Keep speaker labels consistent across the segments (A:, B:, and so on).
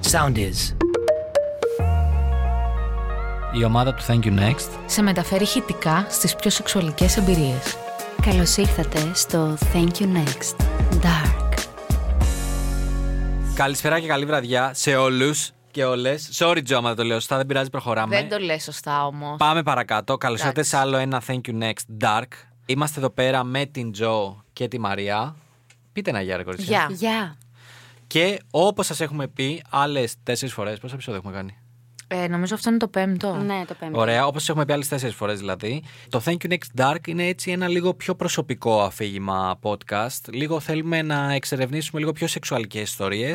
A: sound is.
B: Η ομάδα του Thank You Next
C: σε μεταφέρει ηχητικά στις πιο σεξουαλικές εμπειρίες.
D: Καλώς ήρθατε στο Thank You Next. Dark.
B: Καλησπέρα και καλή βραδιά σε όλους και όλες. Sorry, Τζο, άμα δεν το λέω σωστά, δεν πειράζει, προχωράμε.
C: Δεν το λες σωστά όμως.
B: Πάμε παρακάτω. Καλώ ήρθατε
C: Εντάξει.
B: σε άλλο ένα Thank You Next Dark. Είμαστε εδώ πέρα με την Τζο και τη Μαρία. Πείτε ένα γεια, ρε κορίτσια.
C: Γεια.
D: Γεια.
B: Και όπως σας έχουμε πει άλλες τέσσερις φορές, πόσα επεισόδια έχουμε κάνει.
C: Ε, νομίζω αυτό είναι το πέμπτο.
D: Ναι, το πέμπτο.
B: Ωραία, όπως έχουμε πει άλλες τέσσερις φορές δηλαδή. Το Thank You Next Dark είναι έτσι ένα λίγο πιο προσωπικό αφήγημα podcast. Λίγο θέλουμε να εξερευνήσουμε λίγο πιο σεξουαλικές ιστορίες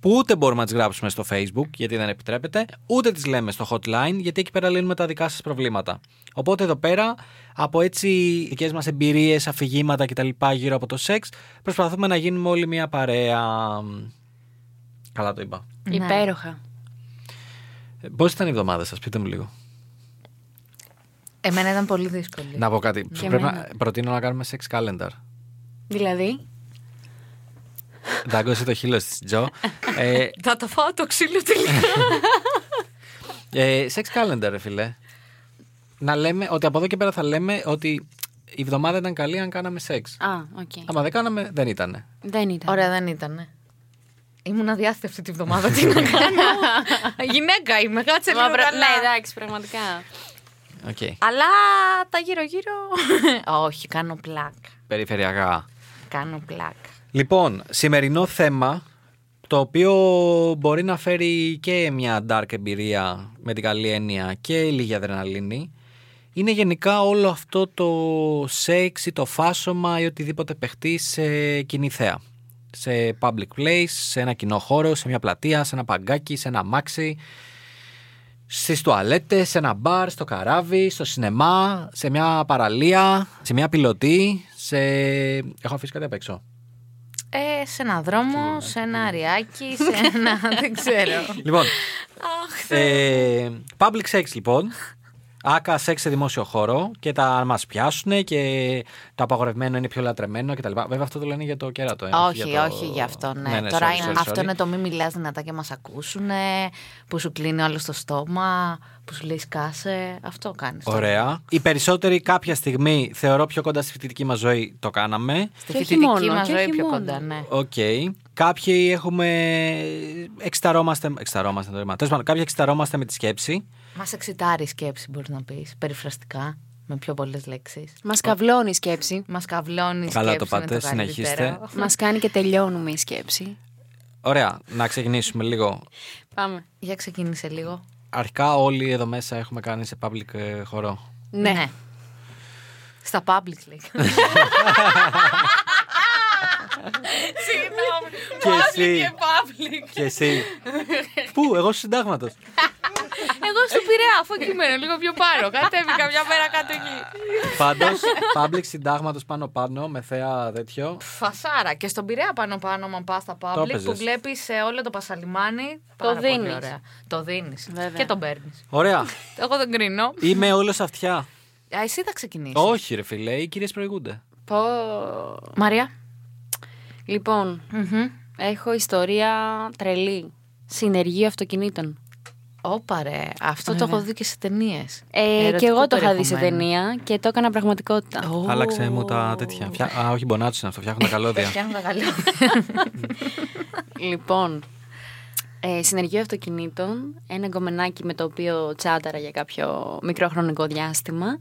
B: που ούτε μπορούμε να τις γράψουμε στο Facebook γιατί δεν επιτρέπεται, ούτε τις λέμε στο hotline γιατί εκεί πέρα λύνουμε τα δικά σας προβλήματα. Οπότε εδώ πέρα από έτσι δικές μας εμπειρίες, αφηγήματα κτλ. γύρω από το σεξ προσπαθούμε να γίνουμε όλοι μια παρέα. Καλά το είπα.
D: Ναι. Υπέροχα.
B: Πώς ήταν η εβδομάδα σας, πείτε μου λίγο.
C: Εμένα ήταν πολύ δύσκολη.
B: Να πω κάτι.
D: Για
B: Πρέπει
D: μένα.
B: να προτείνω να κάνουμε sex calendar.
D: Δηλαδή.
B: Δάγκωσε το χείλος της Τζο. ε,
C: Θα το φάω το ξύλο τελικά.
B: ε, sex calendar, ρε φίλε. Να λέμε ότι από εδώ και πέρα θα λέμε ότι η εβδομάδα ήταν καλή αν κάναμε σεξ.
D: Α, οκ.
B: Άμα δεν κάναμε, δεν ήταν.
D: Δεν ήταν.
C: Ωραία, δεν ήτανε. Ήμουν αδιάθετη αυτή τη βδομάδα. Τι να κάνω. Γυναίκα είμαι, κάτσε
D: Μα
C: λίγο.
D: πρα-
C: καλά.
D: Ναι, εντάξει, πραγματικά.
B: Okay.
C: Αλλά τα γύρω-γύρω. Όχι, κάνω πλάκα.
B: Περιφερειακά.
C: Κάνω πλάκα.
B: Λοιπόν, σημερινό θέμα το οποίο μπορεί να φέρει και μια dark εμπειρία με την καλή έννοια και λίγη αδρεναλίνη είναι γενικά όλο αυτό το σεξ ή το φάσομα ή οτιδήποτε παιχτεί σε κοινή θέα. Σε public place, σε ένα κοινό χώρο, σε μια πλατεία, σε ένα παγκάκι, σε ένα μάξι, στις τουαλέτες, σε ένα μπαρ, στο καράβι, στο σινεμά, σε μια παραλία, σε μια πιλωτή, σε... Έχω αφήσει κάτι απ' έξω.
C: Ε, σε ένα δρόμο, σε ένα αριάκι, σε ένα. δεν ξέρω.
B: Λοιπόν. ε, public sex λοιπόν. Άκα σεξ σε δημόσιο χώρο και τα μα πιάσουν και το απαγορευμένο είναι πιο λατρεμένο κτλ. Βέβαια αυτό το λένε για το κεράτο. ε,
C: Όχι,
B: για το-
C: όχι γι' αυτό, ναι.
B: Ναι, ναι,
C: Τώρα
B: sorry,
C: είναι-
B: sorry,
C: αυτό
B: sorry.
C: είναι το μη μιλάς δυνατά και μας ακούσουνε, που σου κλείνει όλο το στόμα, που σου λέει σκάσε. Αυτό κάνεις.
B: Ωραία. Οι περισσότεροι κάποια στιγμή θεωρώ πιο κοντά στη φοιτητική μας ζωή το κάναμε.
C: Στη
D: Και όχι
C: φοιτητική
D: μόνο,
C: μας
D: και
C: ζωή
D: όχι
C: πιο
D: μόνο.
C: κοντά, ναι.
B: Οκ. Κάποιοι έχουμε. Εξταρώμαστε. Εξταρώμαστε το ρήμα. Τέλος πάντων, κάποιοι εξταρώμαστε με τη σκέψη.
C: Μας εξητάρει η σκέψη, μπορείς να πεις, περιφραστικά, με πιο πολλές λέξεις.
D: Μας καυλώνει η σκέψη.
C: Μας καυλώνει η
B: Καλά
C: σκέψη.
B: το
C: είναι
B: πάτε,
C: καλύτερο.
B: συνεχίστε.
D: Μας κάνει και τελειώνουμε η σκέψη.
B: Ωραία. Να ξεκινήσουμε λίγο.
D: Πάμε.
C: Για ξεκίνησε λίγο.
B: Αρχικά όλοι εδώ μέσα έχουμε κάνει σε public ε, χώρο.
D: Ναι.
C: Στα public λέει.
B: Και εσύ. Και εσύ. Πού, εγώ στο συντάγματο.
C: Εγώ σου πειραία, αφού κείμενο, λίγο πιο πάρω. Κατέβηκα μια μέρα κάτω εκεί.
B: Πάντως, public συντάγματος πάνω-πάνω με θέα τέτοιο.
C: Φασάρα. Και στον Πειραιά πάνω-πάνω, μα πας στα
B: Το
C: public,
B: έπαιζες.
C: που βλέπεις όλο το πασαλιμάνι. πάρα πολύ
D: δίνεις.
C: ωραία. Το δίνεις.
D: Βέβαια.
C: Και τον παίρνεις.
B: Ωραία.
C: Εγώ δεν κρίνω.
B: Είμαι όλος αυτιά.
C: Α, εσύ θα ξεκινήσεις.
B: Όχι, ρε φιλέ, οι κυρίες προηγούνται.
D: Πω.
C: Μαρία.
D: Λοιπόν, έχω ιστορία τρελή. Συνεργείο αυτοκινήτων.
C: Όπα ρε, αυτό το έχω δει και σε ταινίες.
D: Ε, και εγώ το είχα δει σε ταινία και το έκανα πραγματικότητα.
B: Άλλαξε μου τα τέτοια. Φτιά- Α, όχι, μπονάτσου είναι αυτό, φτιάχνω τα καλώδια.
C: Πιάνω τα γαλλιά.
D: Λοιπόν, ε, συνεργείο αυτοκινήτων, ένα γκομενάκι με το οποίο τσάταρα για κάποιο μικρό χρονικό διάστημα,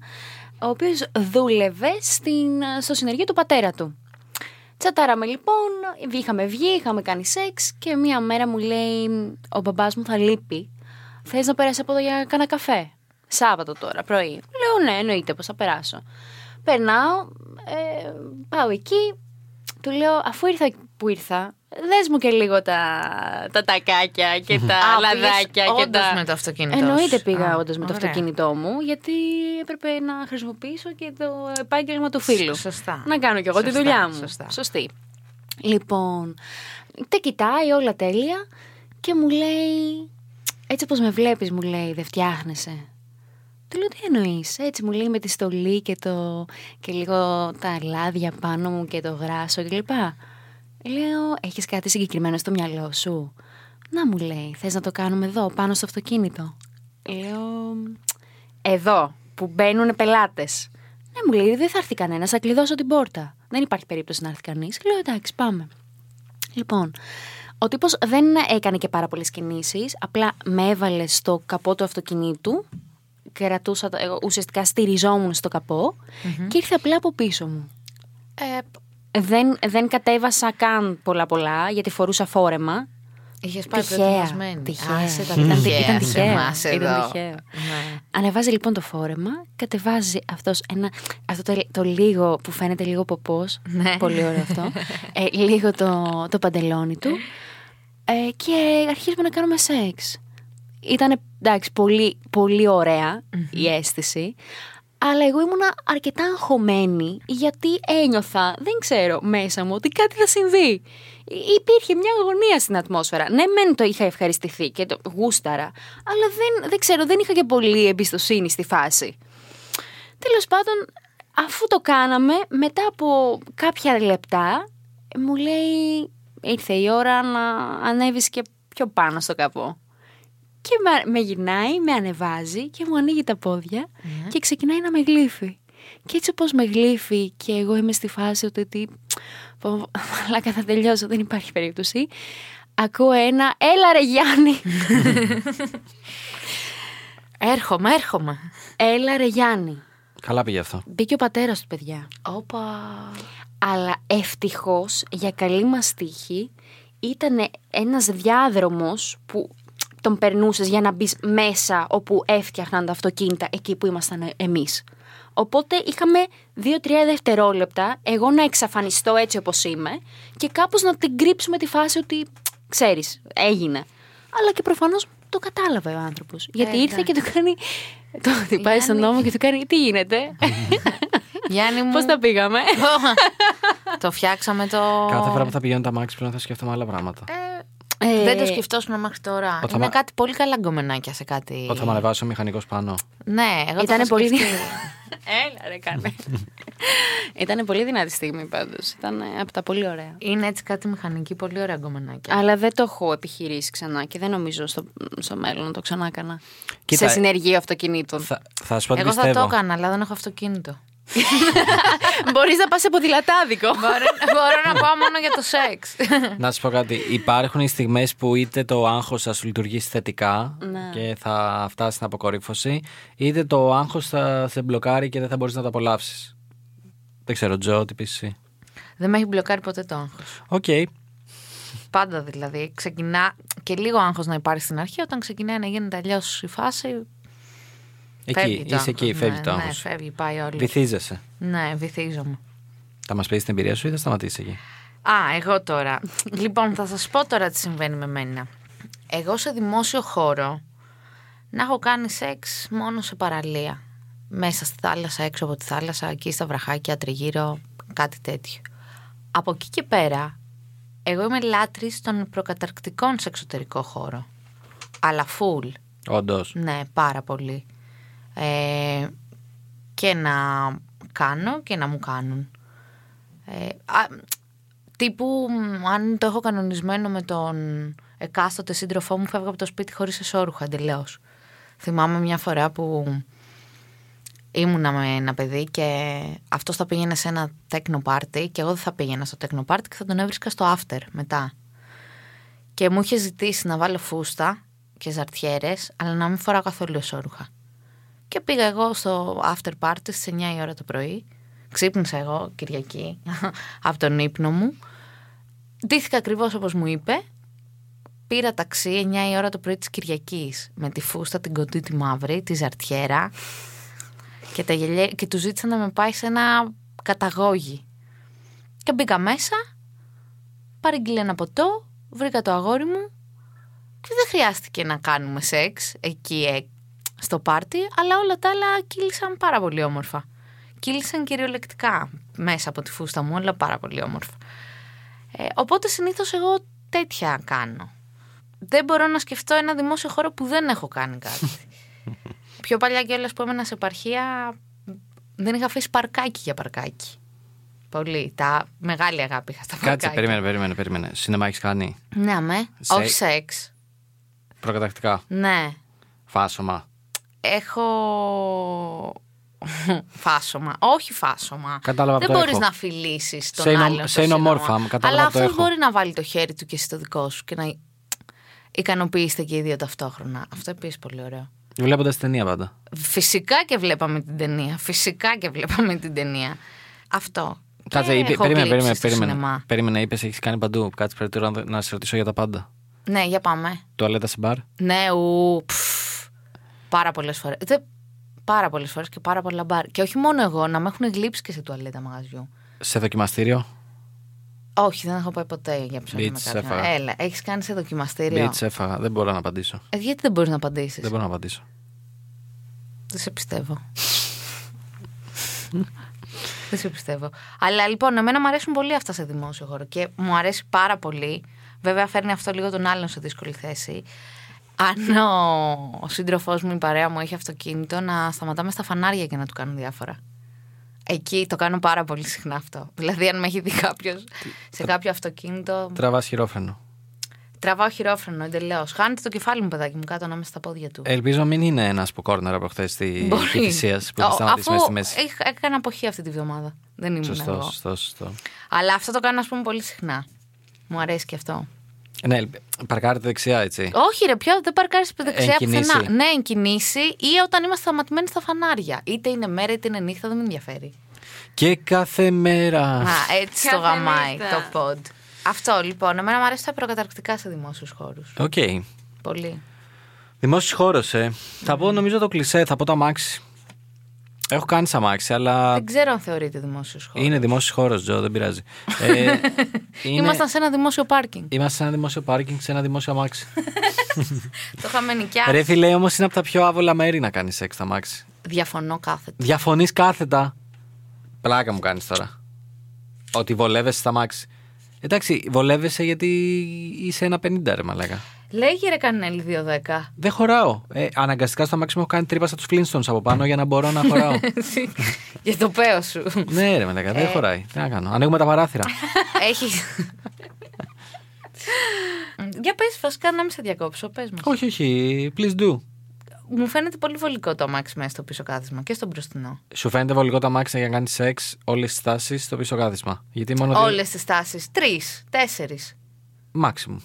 D: ο οποίος δούλευε στην, ε, στο συνεργείο του πατέρα του. Τσατάραμε λοιπόν, είχαμε βγει, είχαμε κάνει σεξ και μία μέρα μου λέει ο μπαμπάς μου θα λείπει. Θες να περάσει από εδώ για κάνα καφέ. Σάββατο τώρα, πρωί. Λέω ναι, εννοείται πως θα περάσω. Περνάω, ε, πάω εκεί, του λέω αφού ήρθα που ήρθα, δες μου και λίγο τα, τα τακάκια και τα λαδάκια και
C: Όντως
D: τα...
C: με το αυτοκίνητο.
D: Εννοείται
C: σου.
D: πήγα
C: Α,
D: όντω με το
C: ωραία.
D: αυτοκίνητό μου, γιατί έπρεπε να χρησιμοποιήσω και το επάγγελμα του φίλου.
C: Σωστά.
D: Να κάνω κι εγώ τη
C: Σωστά,
D: δουλειά μου.
C: σωστά.
D: Σωστή. Λοιπόν, τα κοιτάει όλα τέλεια και μου λέει. Έτσι όπως με βλέπεις μου λέει, δεν φτιάχνεσαι. Του λέω τι εννοείς, έτσι μου λέει με τη στολή και, το, και λίγο τα λάδια πάνω μου και το γράσο κλπ. Λέω, έχεις κάτι συγκεκριμένο στο μυαλό σου. Να μου λέει, θες να το κάνουμε εδώ, πάνω στο αυτοκίνητο. Λέω, εδώ, που μπαίνουν πελάτες. Ναι, μου λέει, δεν θα έρθει κανένας, θα κλειδώσω την πόρτα. Δεν υπάρχει περίπτωση να έρθει κανείς. Λέω, εντάξει, πάμε. Λοιπόν, ο τύπος δεν έκανε και πάρα πολλές κινήσεις, απλά με έβαλε στο καπό του αυτοκινήτου, κρατούσα, το- εγώ ουσιαστικά στηριζόμουν στο καπο και ήρθε απλά από πίσω μου.
C: Ε,
D: Δεν, δεν κατέβασα καν πολλά πολλά, γιατί φορούσα φόρεμα.
C: Είχες πάει
D: Τυχαία,
C: προετοιμασμένη.
D: τυχαία.
C: Άσε τα
D: Ήταν-
C: τυχαία
D: ήταν
C: σε
D: τυχαίο,
C: εμάς
D: ήταν
C: εδώ.
D: τυχαίο.
C: Ναι.
D: Ανεβάζει λοιπόν το φόρεμα, κατεβάζει αυτός ένα, αυτό το, το λίγο που φαίνεται λίγο ποπός,
C: Ναι.
D: πολύ ωραίο αυτό, ε, λίγο το, το παντελόνι του ε, και αρχίζουμε να κάνουμε σεξ. Ήταν εντάξει πολύ, πολύ ωραία η αίσθηση, αλλά εγώ ήμουνα αρκετά αγχωμένη γιατί ένιωθα, δεν ξέρω μέσα μου, ότι κάτι θα συμβεί. Υ- Υπήρχε μια αγωνία στην ατμόσφαιρα. Ναι, μεν το είχα ευχαριστηθεί και το γούσταρα, αλλά δεν, δεν ξέρω, δεν είχα και πολύ εμπιστοσύνη στη φάση. Τέλος πάντων, αφού το κάναμε, μετά από κάποια λεπτά, μου λέει ήρθε η ώρα να ανέβεις και πιο πάνω στο καπό. Και με, με γυρνάει, με ανεβάζει και μου ανοίγει τα πόδια και ξεκινάει να με γλύφει. Και έτσι όπως με γλύφει και εγώ είμαι στη φάση ότι τι, πω, μαλάκα θα τελειώσω, δεν υπάρχει περίπτωση. Ακούω ένα, έλα ρε Γιάννη,
C: Έρχομαι, έρχομαι.
D: έλα ρε Γιάννη.
B: Καλά πήγε αυτό.
D: Μπήκε ο πατέρας του παιδιά.
C: Όπα.
D: Αλλά ευτυχώς για καλή μας τύχη ήταν ένας διάδρομος που τον περνούσες για να μπεις μέσα όπου έφτιαχναν τα αυτοκίνητα εκεί που ήμασταν εμείς. Οπότε είχαμε 2-3 δευτερόλεπτα εγώ να εξαφανιστώ έτσι όπως είμαι και κάπως να την κρύψουμε τη φάση ότι ξέρεις, έγινε. Αλλά και προφανώς το κατάλαβε ο άνθρωπος. Γιατί ήρθε και
C: Ε, εντάξει.
D: του κάνει. Το χτυπάει στον
C: Γιάννη.
D: νόμο και του κάνει. Τι γίνεται,
C: Γιάννη μου.
D: Πώς τα πήγαμε.
C: το φτιάξαμε το.
B: Κάθε φορά που θα πηγαίνω τα μάξι πρέπει να θα σκέφτομαι άλλα πράγματα.
D: Ε,
C: Δεν το σκεφτόσουν μέχρι τώρα.
B: Όταν
C: Είναι
B: μα-
C: κάτι πολύ καλά γκομενάκια σε κάτι.
B: Όταν θα με ανεβάσει ο μηχανικός πάνω.
C: Ναι, εγώ
D: Ήτανε
C: το
D: πολύ
C: πολύ.
D: Έλα ρε κάνε. Ήταν πολύ δυνατή στιγμή πάντως. Ήταν από τα πολύ ωραία.
C: Είναι έτσι κάτι μηχανική, πολύ ωραία γκομενάκια.
D: Αλλά δεν το έχω επιχειρήσει ξανά και δεν νομίζω στο, στο μέλλον να το ξανά έκανα.
B: Κοίτα,
D: Σε συνεργείο αυτοκινήτων.
B: Θα, θα σου πω ότι
C: Εγώ θα
B: πιστεύω.
C: το έκανα, αλλά δεν έχω αυτοκίνητο.
D: Μπορείς να πας σε ποδηλατάδικο.
C: Μπορώ να πάω μόνο για το σεξ.
B: Να σου πω κάτι. Υπάρχουν οι στιγμές που είτε το άγχος θα σου λειτουργήσει θετικά
C: Ναι.
B: και θα φτάσεις στην αποκορύφωση, είτε το άγχος θα σε μπλοκάρει και δεν θα μπορείς να το απολαύσεις. Δεν ξέρω, Τζο, τι πεις εσύ.
C: δεν με έχει μπλοκάρει ποτέ το άγχος.
B: Οκ.
C: Πάντα δηλαδή. Ξεκινά και λίγο άγχος να υπάρχει στην αρχή. Όταν ξεκινάει να γίνεται αλλιώς η φάση.
B: Εκεί,
C: φεύγει το
B: είσαι εκεί,
C: άγχος.
B: φεύγει
C: ναι,
B: το
C: Ναι,
B: άγχος.
C: φεύγει, πάει όλο.
B: Βυθίζεσαι.
C: Ναι, βυθίζομαι.
B: Θα μας πεις την εμπειρία σου ή θα σταματήσεις εκεί.
C: Α, εγώ τώρα. λοιπόν, θα σας πω τώρα τι συμβαίνει με μένα. Εγώ σε δημόσιο χώρο να έχω κάνει σεξ μόνο σε παραλία. Μέσα στη θάλασσα, έξω από τη θάλασσα, εκεί στα βραχάκια, τριγύρω, κάτι τέτοιο. Από εκεί και πέρα, εγώ είμαι λάτρης των προκαταρκτικών σε εξωτερικό χώρο. Αλλά full.
B: Όντως.
C: Ναι, πάρα πολύ. Ε, και να κάνω και να μου κάνουν. Ε, α, τύπου, μ, αν το έχω κανονισμένο με τον εκάστοτε σύντροφό μου, φεύγω από το σπίτι χωρίς εσώρουχα εντελώς. Θυμάμαι μια φορά που ήμουνα με ένα παιδί και αυτός θα πήγαινε σε ένα τέκνο πάρτι και εγώ δεν θα πήγαινα στο τέκνο πάρτι και θα τον έβρισκα στο after μετά. Και μου είχε ζητήσει να βάλω φούστα και ζαρτιέρες, αλλά να μην φοράω καθόλου εσόρουχα. Και πήγα εγώ στο after party στις 9 η ώρα το πρωί. Ξύπνησα εγώ Κυριακή από τον ύπνο μου. Ντύθηκα ακριβώς όπως μου είπε. Πήρα ταξί 9 η ώρα το πρωί της Κυριακής με τη φούστα, την κοντή, τη μαύρη, τη ζαρτιέρα. Και, τα γελιά- και του ζήτησα να με πάει σε ένα καταγόγι. Και μπήκα μέσα παρήγγειλε ένα ποτό, βρήκα το αγόρι μου και δεν χρειάστηκε να κάνουμε σεξ εκεί ε, στο πάρτι, αλλά όλα τα άλλα κύλησαν πάρα πολύ όμορφα. Κύλησαν κυριολεκτικά μέσα από τη φούστα μου, αλλά πάρα πολύ όμορφα. Ε, οπότε συνήθως εγώ τέτοια κάνω. Δεν μπορώ να σκεφτώ ένα δημόσιο χώρο που δεν έχω κάνει κάτι. Πιο παλιά κιόλας που έμενα σε επαρχία, δεν είχα αφήσει παρκάκι για παρκάκι. Πολύ. Τα μεγάλη αγάπη είχα στα παρκάκια.
B: Κάτσε, περίμενε, περίμενε, περίμενε. Σινεμά έχεις κάνει.
C: Ναι, αμέ.
B: Σε-
C: Όχι σεξ.
B: προκατακτικά.
C: Ναι.
B: Φάσομα.
C: Έχω. φάσομα. Όχι φάσομα.
B: Κατάλαβα
C: Δεν
B: το
C: μπορείς
B: έχω.
C: να φιλήσεις τον
B: Say no-
C: άλλον. στο
B: say no more,
C: σύνομα.
B: fam. Κατάλαβα
C: Αλλά
B: το
C: αυτός
B: έχω.
C: μπορεί να βάλει το χέρι του και στο δικό σου και να ικανοποιήσετε και οι δύο ταυτόχρονα. Αυτό επίσης πολύ ωραίο.
B: Βλέποντας ταινία πάντα.
C: Ε, Φυσικά και βλέπαμε την ταινία. Φυσικά και βλέπαμε την ταινία. Αυτό.
B: Κάτσε,
C: Και
B: είπε-
C: έχω
B: περίμενε,
C: κλείψει
B: περίμενε.
C: στο
B: Περίμενε,
C: σινεμά.
B: περίμενε είπες, έχεις κάνει παντού. Κάτσε πρέπει τώρα να, να σε ρωτήσω για τα πάντα.
C: Ναι, για πάμε.
B: Τουαλέτα σε μπαρ.
C: Ναι, ου, πφ, πάρα πολλές φορές. Πάρα πολλές φορές και πάρα πολλά μπαρ. Και όχι μόνο εγώ, να με έχουν γλύψει και σε τουαλέτα μαγαζιού.
B: Σε δοκιμαστήριο.
C: Όχι, δεν έχω πάει ποτέ για ψώνιο με
B: Beach
C: κάποιον.
B: έφαγα.
C: Έλα, έχεις κάνει σε δοκιμαστήριο.
B: Beach έφαγα. Δεν μπορώ να απαντήσω.
C: Ε, γιατί δεν μπορείς να απαντήσεις.
B: Δεν μπορώ να απαντήσω.
C: Δεν σε πιστεύω. Δεν σε πιστεύω. Αλλά λοιπόν, εμένα μου αρέσουν πολύ αυτά σε δημόσιο χώρο και μου αρέσει πάρα πολύ. Βέβαια, φέρνει αυτό λίγο τον άλλον σε δύσκολη θέση. Αν ο, ο σύντροφός μου, η παρέα μου έχει αυτοκίνητο, να σταματάμε στα φανάρια και να του κάνω διάφορα. Εκεί το κάνω πάρα πολύ συχνά αυτό. Δηλαδή, αν με έχει δει κάποιος σε κάποιο αυτοκίνητο,
B: Τραβάς χειρόφρενο.
C: τραβάω χειρόφρενο εντελώς. Χάνεται το κεφάλι μου, παιδάκι μου, κάτω ανάμεσα στα πόδια του.
B: Ελπίζω μην είναι ένας που κόρνερ από χθες τη
C: Μπορεί.
B: θυσία Ε, που έχει
C: Ο-
B: σταματήσει
C: αφού
B: μέσα στη μέση.
C: είχα- Έκανα αποχή αυτή τη βδομάδα. Δεν ήμουν
B: Σωστό,
C: εγώ.
B: σωστό, σωστό.
C: Αλλά αυτό το κάνω, ας πούμε, πολύ συχνά. Μου αρέσει και αυτό.
B: Ναι, ελπ- παρκάρετε δεξιά, έτσι.
C: Όχι, ρε, πια δεν παρκάρεις δεξιά
B: Εν κινήσει.
C: πουθενά. Ναι, εν κινήσει ή όταν είμαστε σταματημένοι στα φανάρια. Είτε είναι μέρα είτε είναι νύχτα, δεν με ενδιαφέρει.
B: Και κάθε μέρα.
C: Α, έτσι το
A: Κάθε
C: γαμάει το
A: νύχτα.
C: pod. Αυτό λοιπόν. Εμένα μου αρέσει τα προκαταρκτικά σε δημόσιους χώρους.
B: Οκ.
C: Πολύ.
B: Δημόσιος χώρος, ε. Θα πω νομίζω το κλισέ, θα πω το αμάξι. Έχω κάνει σ' αμάξι, αλλά
C: Δεν ξέρω αν θεωρείται δημόσιος χώρος.
B: είναι δημόσιος χώρος, Τζο, δεν πειράζει. Ε, είναι-
C: Ήμασταν σε ένα δημόσιο πάρκινγκ.
B: Είμαστε σε ένα δημόσιο πάρκινγκ, σε ένα δημόσιο αμάξι.
C: το είχαμε νοικιάσει.
B: Ρε φίλε, όμως είναι από τα πιο άβολα μέρη να κάνεις σεξ τα αμάξι.
C: Διαφωνώ κάθετα.
B: Διαφωνείς κάθετα. Πλάκα μου κάνεις τώρα. Ότι βολεύεσαι στα μάξι. Εντάξει, βολεύεσαι γιατί είσαι ένα 50 ρε μαλάκα.
C: Λέγε ρε Κανέλη 210.
B: Δεν χωράω. Ε, αναγκαστικά στο αμάξι μου έχω κάνει τρύπα σαν τους Flintstones από πάνω για να μπορώ να χωράω.
C: Για το παίο σου.
B: ναι, ρε μαλάκα,
C: Ε.
B: δεν χωράει. Τι να κάνω. Ανοίγουμε τα παράθυρα.
C: Έχει. Για πες, βασικά να μην σε διακόψω, πες μας.
B: όχι, όχι. Please do.
C: Μου φαίνεται πολύ βολικό το αμάξι μέσα στο πίσω κάθισμα και στο μπροστινό.
B: Σου φαίνεται βολικό το αμάξι για να κάνει σεξ όλες τις τάσεις στο πίσω κάθισμα. Γιατί μόνο. δύο-
C: Όλες τις τάσεις. Τρεις, τέσσερις.
B: maximum.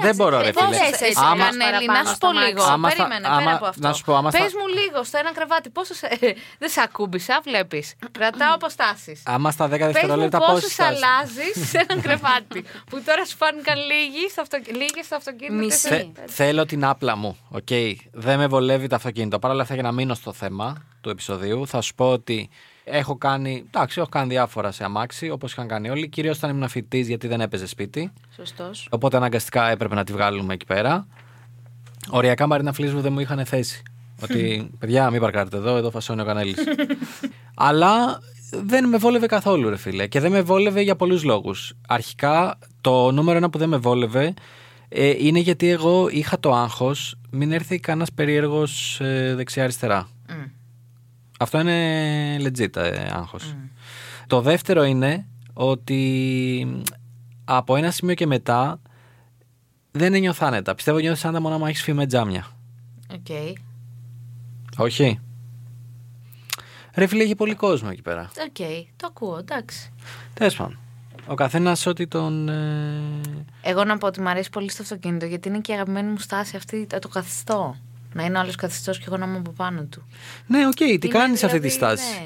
B: Δεν μπορώ, ρε
C: Λοιπόν,
B: Ε, φίλε.
C: τέσσερις,
B: Άμα-
C: Κανέλη, να σου πω λίγο.
B: Άμα στα-
C: Περίμενε,
B: άμα-
C: πέρα από αυτό.
B: να σου πω, άμα στα-
C: Πες μου λίγο στο ένα κρεβάτι, πόσο σε... δεν σε ακούμπησα, βλέπεις. Κρατάω αποστάσεις.
B: Άμα στα 10
C: Πες μου
B: δευτερόλεπτα πόσες
C: πόσους αλλάζεις σε ένα κρεβάτι. που τώρα σου φάνηκαν λίγοι στο, αυτοκ... λίγες στο αυτοκίνητο.
D: Μισή.
C: τέσσερις.
B: Θε- θέλω την άπλα μου. οκ. Δεν με βολεύει το αυτοκίνητο. Παρ' όλα αυτά, για να μείνω στο θέμα του επεισοδίου, θα σου πω ότι έχω κάνει. Εντάξει, έχω κάνει διάφορα σε αμάξι, όπως είχαν κάνει όλοι. Κυρίως όταν ήμουν φοιτής, γιατί δεν έπαιζε σπίτι.
D: Σωστός.
B: Οπότε αναγκαστικά έπρεπε να τη βγάλουμε εκεί πέρα. Οριακά Μαρίνα Φλίσβου δεν μου είχαν θέσει. Ότι παιδιά, μην παρκάρετε εδώ, εδώ φασώνει ο κανέλης. Αλλά δεν με βόλευε καθόλου, ρε φίλε. Και δεν με βόλευε για πολλούς λόγους. Αρχικά, το νούμερο ένα που δεν με βόλευε ε, είναι γιατί εγώ είχα το άγχος μην έρθει κανένας περίεργος ε, δεξιά-αριστερά.
C: Μμ.
B: Αυτό είναι legit ε, άγχος.
C: Mm.
B: Το δεύτερο είναι ότι μ, από ένα σημείο και μετά δεν ένιωθα άνετα. Πιστεύω νιώθεις άνετα μόνο άμα έχεις φύγει με τζάμια.
C: Οκ.
B: Όχι. Ρε φίλε, έχει πολύ κόσμο εκεί πέρα.
C: Οκ, το ακούω, εντάξει.
B: Τέλος πάντων. Ο καθένας ό,τι τον... ε,
C: Εγώ να πω ότι μου αρέσει πολύ στο αυτοκίνητο γιατί είναι και η αγαπημένη μου στάση αυτή το το καθιστό. Να είναι ο άλλος καθιστός και εγώ να είμαι από πάνω του.
B: Ναι, οκ, τι
C: Είναι
B: κάνεις αυτή τη
C: δηλαδή,
B: στάση.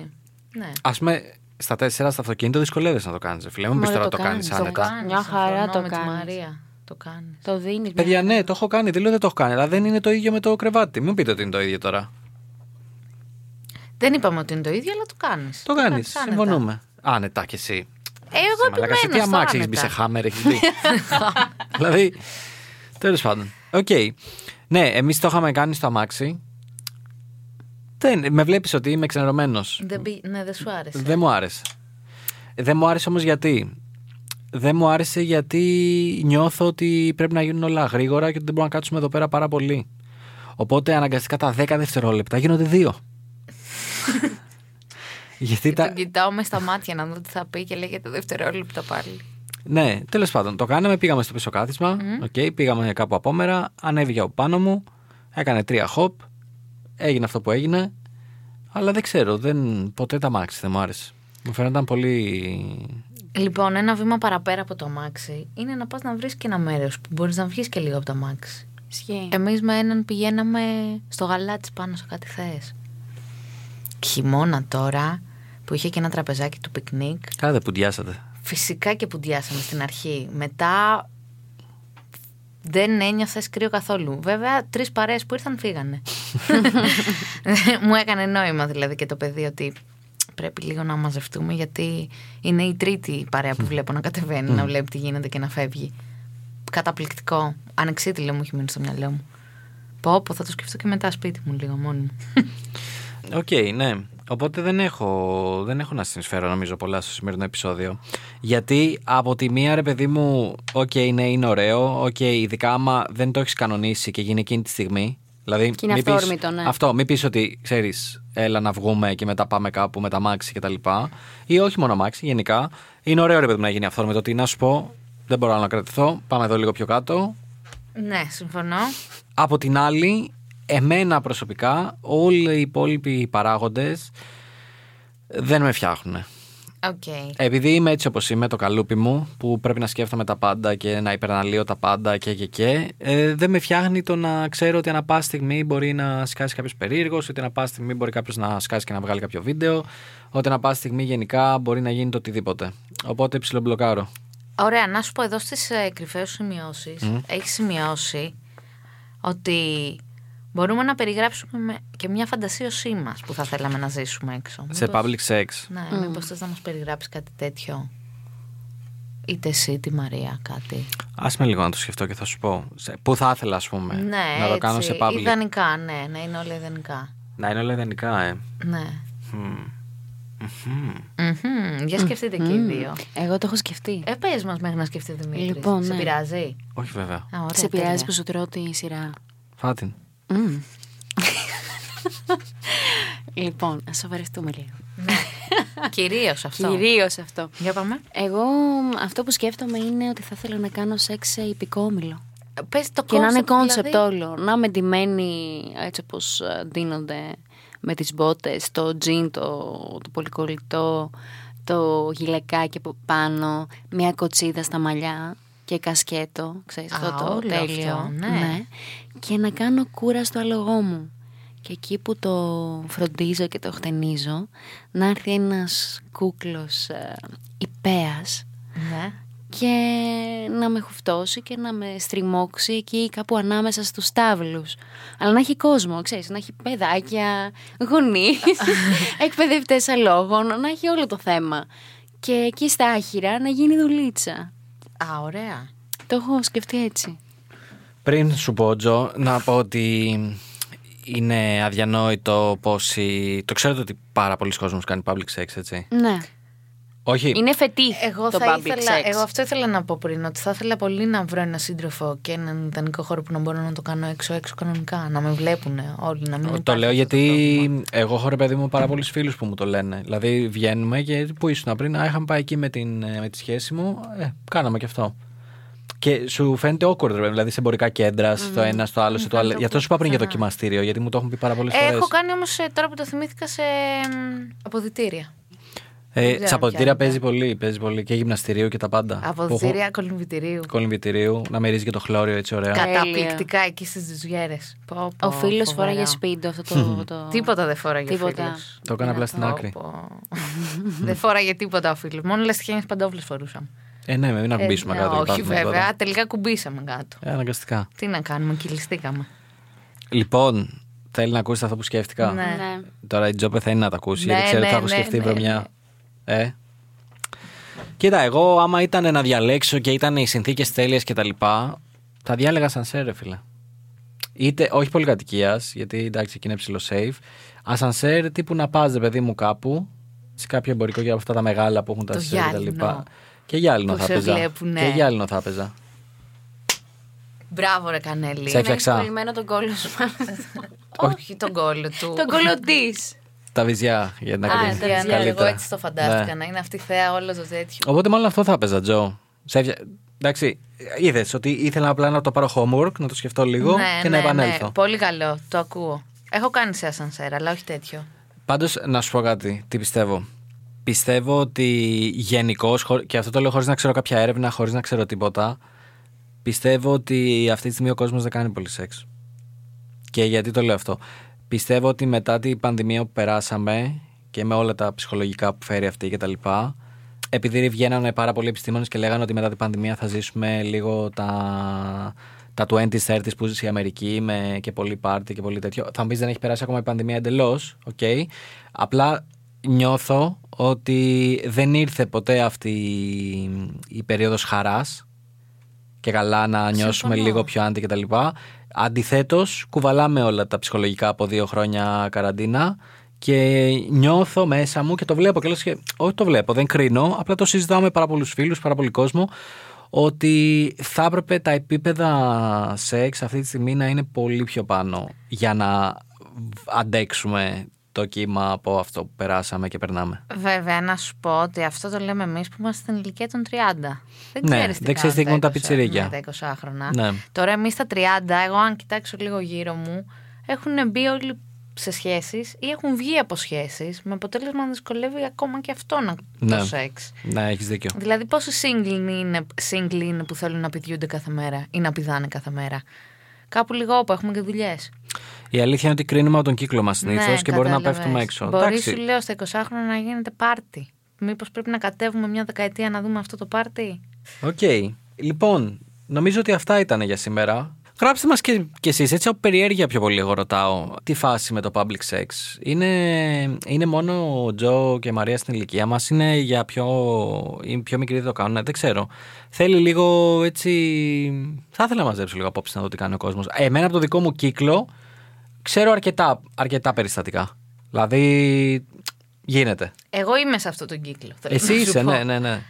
C: Ναι. ναι.
B: Ας πούμε, στα τέσσερα στο αυτοκίνητο δυσκολεύεσαι να το κάνεις, ρε φίλε. Μην πεις
C: Μωρέ,
B: τώρα το κάνεις
C: το
B: άνετα.
C: κάνεις,
D: Μια χαρά
C: συμφωνώ
D: το
C: με τη
D: κάνεις.
C: Μαρία. Το κάνεις.
D: Το δίνεις.
B: Παιδιά, ναι, το έχω κάνει. Δεν λέω δεν το έχω κάνει, αλλά δεν είναι το ίδιο με το κρεβάτι. Μην πείτε ότι είναι το ίδιο τώρα.
C: Δεν είπαμε ότι είναι το ίδιο, αλλά το κάνεις.
B: Το κάνεις. Συμφωνούμε. Άνετα κι εσύ.
C: Ε, εγώ επιμένω.
B: σε τι
C: στο
B: αμάξι έχεις μπει σε
C: άνετα.
B: χάμερ, έχεις μπει. δηλαδή. Τέλος πάντων. Οκ. Ναι, εμείς το είχαμε κάνει στο αμάξι. Δεν, με βλέπεις ότι είμαι ξενερωμένος.
C: Δεν μπει- Ναι, δεν σου άρεσε.
B: Δεν μου άρεσε. Δεν μου άρεσε όμως γιατί. Δεν μου άρεσε γιατί νιώθω ότι πρέπει να γίνουν όλα γρήγορα και ότι δεν μπορούμε να κάτσουμε εδώ πέρα πάρα πολύ. Οπότε αναγκαστικά τα 10 δευτερόλεπτα γίνονται δύο. γιατί
C: Και
B: τα,
C: Τον κοιτάω μες στα μάτια να δω τι θα πει και λέγεται δευτερόλεπτα πάλι.
B: Ναι, τέλος πάντων. Το κάναμε, πήγαμε στο πίσω κάθισμα. οκ, πήγαμε κάπου απόμερα. Ανέβηκε από πάνω μου. Έκανε τρία hop. Έγινε αυτό που έγινε. Αλλά δεν ξέρω, δεν, ποτέ τα μάξι δεν μου άρεσε. Μου φαίνονταν πολύ.
C: Λοιπόν, ένα βήμα παραπέρα από το αμάξι είναι να πας να βρεις και ένα μέρος που μπορείς να βγεις και λίγο από το αμάξι.
D: Ισχύει.
C: Εμείς με έναν πηγαίναμε στο γαλάτσι πάνω σε κάτι θες. Χειμώνα τώρα που είχε και ένα τραπεζάκι του πικνίκ.
B: Καλά, δεν πουντιάσατε.
C: Φυσικά και πουντιάσαμε στην αρχή. Μετά δεν ένιωθες κρύο καθόλου. Βέβαια, τρεις παρέες που ήρθαν φύγανε. Μου έκανε νόημα δηλαδή και το παιδί ότι πρέπει λίγο να μαζευτούμε γιατί είναι η τρίτη παρέα που βλέπω να κατεβαίνει, να βλέπει τι γίνεται και να φεύγει. Καταπληκτικό. Ανεξίτηλο μου έχει μείνει στο μυαλό μου. Πω, πω, θα το σκεφτώ και μετά σπίτι μου λίγο μόνη μου.
B: Οκ, ναι. Οπότε δεν έχω, δεν έχω να συνεισφέρω νομίζω πολλά στο σημερινό επεισόδιο. Γιατί από τη μία ρε παιδί μου, οκ, ναι, είναι ωραίο. Οκ, ειδικά άμα δεν το έχεις κανονίσει και γίνει εκείνη τη στιγμή. Δηλαδή,
D: Και είναι
B: μη πεις-
D: αυτόρμητο, ναι.
B: Αυτό, μην πεις ότι ξέρεις, έλα να βγούμε και μετά πάμε κάπου με τα μάξι κτλ. Ή όχι μόνο μάξι, γενικά. Είναι ωραίο ρε παιδί μου να γίνει αυτό με το ότι να σου πω, δεν μπορώ να κρατηθώ, πάμε εδώ λίγο πιο κάτω.
C: ναι, συμφωνώ.
B: Από την άλλη, εμένα προσωπικά, όλοι οι υπόλοιποι παράγοντες δεν με φτιάχνουν.
C: Οκ.
B: Επειδή είμαι έτσι όπως είμαι, το καλούπι μου, που πρέπει να σκέφτομαι τα πάντα και να υπεραναλύω τα πάντα και και και, ε, δεν με φτιάχνει το να ξέρω ότι ανά πάσα στιγμή μπορεί να σκάσει κάποιος περίεργος, ότι ανά πάσα στιγμή μπορεί κάποιος να σκάσει και να βγάλει κάποιο βίντεο, ότι ανά πάσα στιγμή γενικά μπορεί να γίνει το οτιδήποτε. Οπότε ψιλομπλοκάρω.
C: Ωραία, να σου πω εδώ στις ε, κρυφαίους σημειώσεις Έχεις σημειώσει ότι μπορούμε να περιγράψουμε με- και μια φαντασίωσή μας που θα θέλαμε να ζήσουμε έξω.
B: Σε
C: Μήπως-
B: public sex.
C: Ναι, μήπως θες να μας περιγράψεις κάτι τέτοιο. Είτε εσύ, τη Μαρία, κάτι.
B: Ας με λίγο να το σκεφτώ και θα σου πω. Σε- Πού θα ήθελα, ας πούμε,
C: ναι,
B: Ε, να το κάνω
C: έτσι,
B: σε public.
C: Ιδανικά, ναι, να είναι όλα ιδανικά.
B: Να είναι όλα ιδανικά, ε.
C: Ναι. Μμμ, Για σκεφτείτε και οι δύο.
D: Εγώ το έχω σκεφτεί.
C: Ε, πες μας μέχρι να σκεφτεί Δημήτρης.
D: Λοιπόν,
C: Σε
D: ναι.
C: πειράζει.
B: Όχι βέβαια.
C: Α, ωραία,
D: Σε επηρεάζει
C: τέλεια.
D: που σου τρώω τη σειρά.
B: Φάτιν.
D: Μμμ. λοιπόν, ας σοβαρευτούμε λίγο.
C: Κυρίως αυτό.
D: Κυρίως αυτό.
C: Για πάμε.
D: Εγώ μ, αυτό που σκέφτομαι είναι ότι θα ήθελα να κάνω σεξ σε υπηκό όμιλο.
C: Πες το
D: Και να είναι
C: concept δηλαδή.
D: κόνσεπτ όλο. Να είμαι ντυμένη έτσι όπως ε, ντύνονται με τις μπότες, το τζιν, το, το πολυκολλητό, το γυλαικάκι από πάνω, μια κοτσίδα στα μαλλιά και κασκέτο, ξέρεις,
C: Α,
D: αυτό το
C: όλο
D: τέλειο.
C: αυτό, ναι.
D: Και να κάνω κούρα στο αλογό μου. Και εκεί που το φροντίζω και το χτενίζω, να έρθει ένας κούκλος ε, υπέας
C: Ναι.
D: και να με χουφτώσει και να με στριμώξει εκεί κάπου ανάμεσα στους τάβλους. Αλλά να έχει κόσμο, ξέρεις, να έχει παιδάκια, γονείς, εκπαιδευτές αλόγων, να έχει όλο το θέμα. Και εκεί στα άχυρα να γίνει δουλίτσα.
C: Α, ωραία.
D: Το έχω σκεφτεί έτσι.
B: Πριν σου πω, Τζο, να πω ότι είναι αδιανόητο πόσοι. Το ξέρετε ότι πάρα πολλοί κόσμος κάνει public sex, έτσι.
D: Ναι.
B: Όχι.
D: Είναι φετή
C: Εγώ,
D: το
C: θα
D: public
C: ήθελα,
D: sex.
C: εγώ αυτό ήθελα να πω πριν, ότι θα ήθελα πολύ να βρω ένα σύντροφο και έναν ιδανικό χώρο που να μπορώ να το κάνω έξω-έξω κανονικά. Να με βλέπουν όλοι, να μην
B: Το
C: Ναι, υπάρχει
B: λέω
C: αυτό
B: γιατί εγώ έχω ρε παιδί μου πάρα πολλούς φίλους που μου το λένε. Δηλαδή βγαίνουμε και πού ήσουν πριν, Α, είχαμε πάει εκεί με, την, ε, με τη σχέση μου. Ε, κάναμε και αυτό. Και σου φαίνεται awkward, ρε, δηλαδή σε εμπορικά κέντρα, στο ένα, στο άλλο, στο το άλλο. Γι' αυτό σου είπα πριν για δοκιμαστήριο, γιατί μου το έχουν πει πάρα πολλές
C: το θέμα.
B: φορέ.
C: ναι. Έχω κάνει όμως τώρα που το θυμήθηκα σε μ, αποδητήρια.
B: Ε,
C: ξέρω
B: σε αποδητήρια
C: ποια
B: παίζει πολύ, παίζει πολύ και γυμναστηρίου και τα πάντα. Που
C: Αποδητήρια κολυμβητηρίου.
B: έχω- Κολυμβητηρίου, να μυρίζει και το χλώριο έτσι ωραία.
D: Κα-
C: Καταπληκτικά εκεί στις ζουζιέρες.
D: Ο φίλος φοράγε σπίτι αυτό το... το...
C: Τίποτα δεν φόραγε ο
D: Τίποτα.
C: φίλος.
B: Το έκανα απλά στην
C: Πω,
B: άκρη.
C: πω. δεν φόραγε τίποτα ο φίλος. Μόνο λες τυχαίνει παντόφλες φορούσαμε.
B: Ε, ναι, μην ακουμπήσουμε
C: Ε,
B: κάτω. και
C: Όχι,
B: πάθουμε
C: βέβαια.
B: τίποτα.
C: Τελικά κουμπίσαμε κάτω.
B: Ε, αναγκαστικά.
C: Τι να κάνουμε, κυλιστήκαμε.
B: Λοιπόν, θέλει να ακούσετε αυτό που σκέφτηκα.
C: Ναι.
D: Ναι.
B: Τώρα η Τζόπε θα είναι να τα ακούσει,
C: Ναι,
B: γιατί ξέρει
C: ναι,
B: ότι θα έχω
C: ναι,
B: σκεφτεί
C: ναι,
B: βρωμιά. Ε. Κοίτα, εγώ άμα ήταν να διαλέξω και ήταν οι συνθήκες τέλειες και τα λοιπά, θα διάλεγα σαν σερ, ρε φίλε. Είτε όχι πολυκατοικίας, γιατί εντάξει εκεί είναι ψηλό safe. Α σαν σερ τύπου να πας, παιδί μου, κάπου, σε κάποιο εμπορικό για αυτά τα μεγάλα που έχουν τα
C: Το
B: σερ και τα λοιπά.
C: γυάλινο.
B: Και γυάλινο
C: Που
B: θα
C: σε
B: έπαιζα.
C: βλέπουνε.
B: Και γυάλινο θα έπαιζα.
C: Μπράβο, ρε Κανέλη.
B: Σε έφτιαξα.
D: Περιμένω τον κόλλο σου.
C: Όχι τον κόλλο του.
D: τον κόλλο της.
B: Τα βυζιά για την
C: Α,
B: ακριβή.
C: εντάξει, ναι, εγώ
B: Καλύτερα.
C: έτσι το φαντάστηκα.
B: Ναι.
C: Να είναι αυτή η θέα όλο το τέτοιο.
B: Οπότε μάλλον αυτό θα έπαιζα, Τζο. Σε έφτια- Εντάξει, είδες ότι ήθελα απλά να το πάρω homework, να το σκεφτώ λίγο
C: Ναι,
B: και
C: ναι,
B: να επανέλθω.
C: ναι. Πολύ καλό, το ακούω. Έχω κάνει σε ασανσέρα, αλλά όχι τέτοιο.
B: Πάντως, να σου πω κάτι. Τι πιστεύω. Πιστεύω ότι γενικώ, και αυτό το λέω χωρίς να ξέρω κάποια έρευνα, χωρίς να ξέρω τίποτα, πιστεύω ότι αυτή τη στιγμή ο κόσμος δεν κάνει πολύ σεξ. Και γιατί το λέω αυτό. Πιστεύω ότι μετά την πανδημία που περάσαμε και με όλα τα ψυχολογικά που φέρει αυτή και τα λοιπά, επειδή βγαίνανε πάρα πολλοί επιστήμονες και λέγανε ότι μετά την πανδημία θα ζήσουμε λίγο τα, τα 20s, 30s που ζήσει η Αμερική με, και πολύ πάρτι και πολύ τέτοιο. Θα μου πεις δεν έχει περάσει ακόμα η πανδημία εντελώς. Okay. Απλά νιώθω ότι δεν ήρθε ποτέ αυτή η- η περίοδος χαράς και καλά να νιώσουμε λίγο πιο άντι και τα λοιπά. Αντιθέτως, κουβαλάμε όλα τα ψυχολογικά από δύο χρόνια καραντίνα και νιώθω μέσα μου και το βλέπω κιόλας και όχι το βλέπω, δεν κρίνω, απλά το συζητάω με πάρα πολλούς φίλους, πάρα πολύ κόσμο ότι θα έπρεπε τα επίπεδα σεξ αυτή τη στιγμή να είναι πολύ πιο πάνω για να αντέξουμε το κύμα από αυτό που περάσαμε και περνάμε.
C: Βέβαια, να σου πω ότι αυτό το λέμε εμείς που είμαστε στην ηλικία των 30. Δεν
B: Ναι,
C: ξέρεις τι,
B: δεν ξέρεις τι κάνουν
C: κάνουν
B: τα
C: 20
B: πιτσιρίκια.
C: ναι, τα 20 χρόνια.
B: Ναι.
C: Τώρα εμείς στα 30, εγώ αν κοιτάξω λίγο γύρω μου, έχουν μπει όλοι σε σχέσεις ή έχουν βγει από σχέσεις με αποτέλεσμα να δυσκολεύει ακόμα και αυτό να... το
B: Ναι.
C: σεξ.
B: Ναι, έχεις δίκιο.
C: Δηλαδή, πόσοι single είναι, single είναι που θέλουν να πηδιούνται κάθε μέρα ή να πηδάνε κάθε μέρα. Κάπου λίγο όπου έχουμε και δουλειές.
B: Η αλήθεια είναι ότι κρίνουμε από τον κύκλο μας συνήθω
C: Ναι,
B: και μπορεί να
C: κατάλαβες.
B: πέφτουμε έξω.
C: Μπορεί,
B: Εντάξει.
C: σου λέω, στα 20 χρόνια να γίνεται πάρτι. Μήπως πρέπει να κατέβουμε μια δεκαετία να δούμε αυτό το πάρτι.
B: Οκ. Λοιπόν, νομίζω ότι αυτά ήταν για σήμερα. Γράψτε μας και, και εσείς, έτσι από περιέργεια πιο πολύ εγώ ρωτάω, τι φάση με το public sex. Είναι, είναι μόνο ο Τζο και η Μαρία στην ηλικία μας, είναι για πιο, οι πιο μικροί δεν το κάνουν, ε, δεν ξέρω. Θέλει λίγο έτσι, θα ήθελα να μαζέψω λίγο απόψε να δω τι κάνει ο κόσμος. Εμένα από το δικό μου κύκλο ξέρω αρκετά, αρκετά περιστατικά. Δηλαδή γίνεται.
C: Εγώ είμαι σε αυτόν τον κύκλο. θέλω
B: Εσύ
C: να σου
B: είσαι,
C: πω.
B: ναι, ναι, ναι.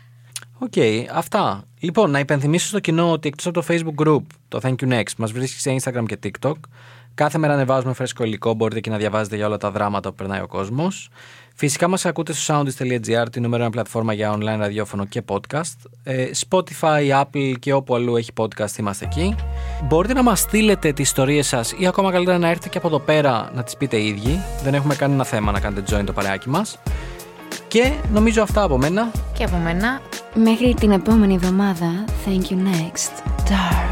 B: Οκ, αυτά. Λοιπόν, να υπενθυμίσω στο κοινό ότι εκτός από το Facebook group, το Thank you Next, μας βρίσκεις σε Instagram και TikTok. Κάθε μέρα ανεβάζουμε φρέσκο υλικό, μπορείτε και να διαβάζετε για όλα τα δράματα που περνάει ο κόσμος. Φυσικά μας ακούτε στο soundist.gr, τη νούμερο ένα πλατφόρμα για online ραδιόφωνο και podcast. Ε, Spotify, Apple και όπου αλλού έχει podcast είμαστε εκεί. Μπορείτε να μας στείλετε τις ιστορίες σας ή ακόμα καλύτερα να έρθετε και από εδώ πέρα να τις πείτε οι ίδιοι. Δεν έχουμε κανένα θέμα να κάνετε join το παρεάκι μας. Και νομίζω αυτά από μένα.
C: Και από μένα,
D: Μέχρι την επόμενη εβδομάδα, thank you next. Dark.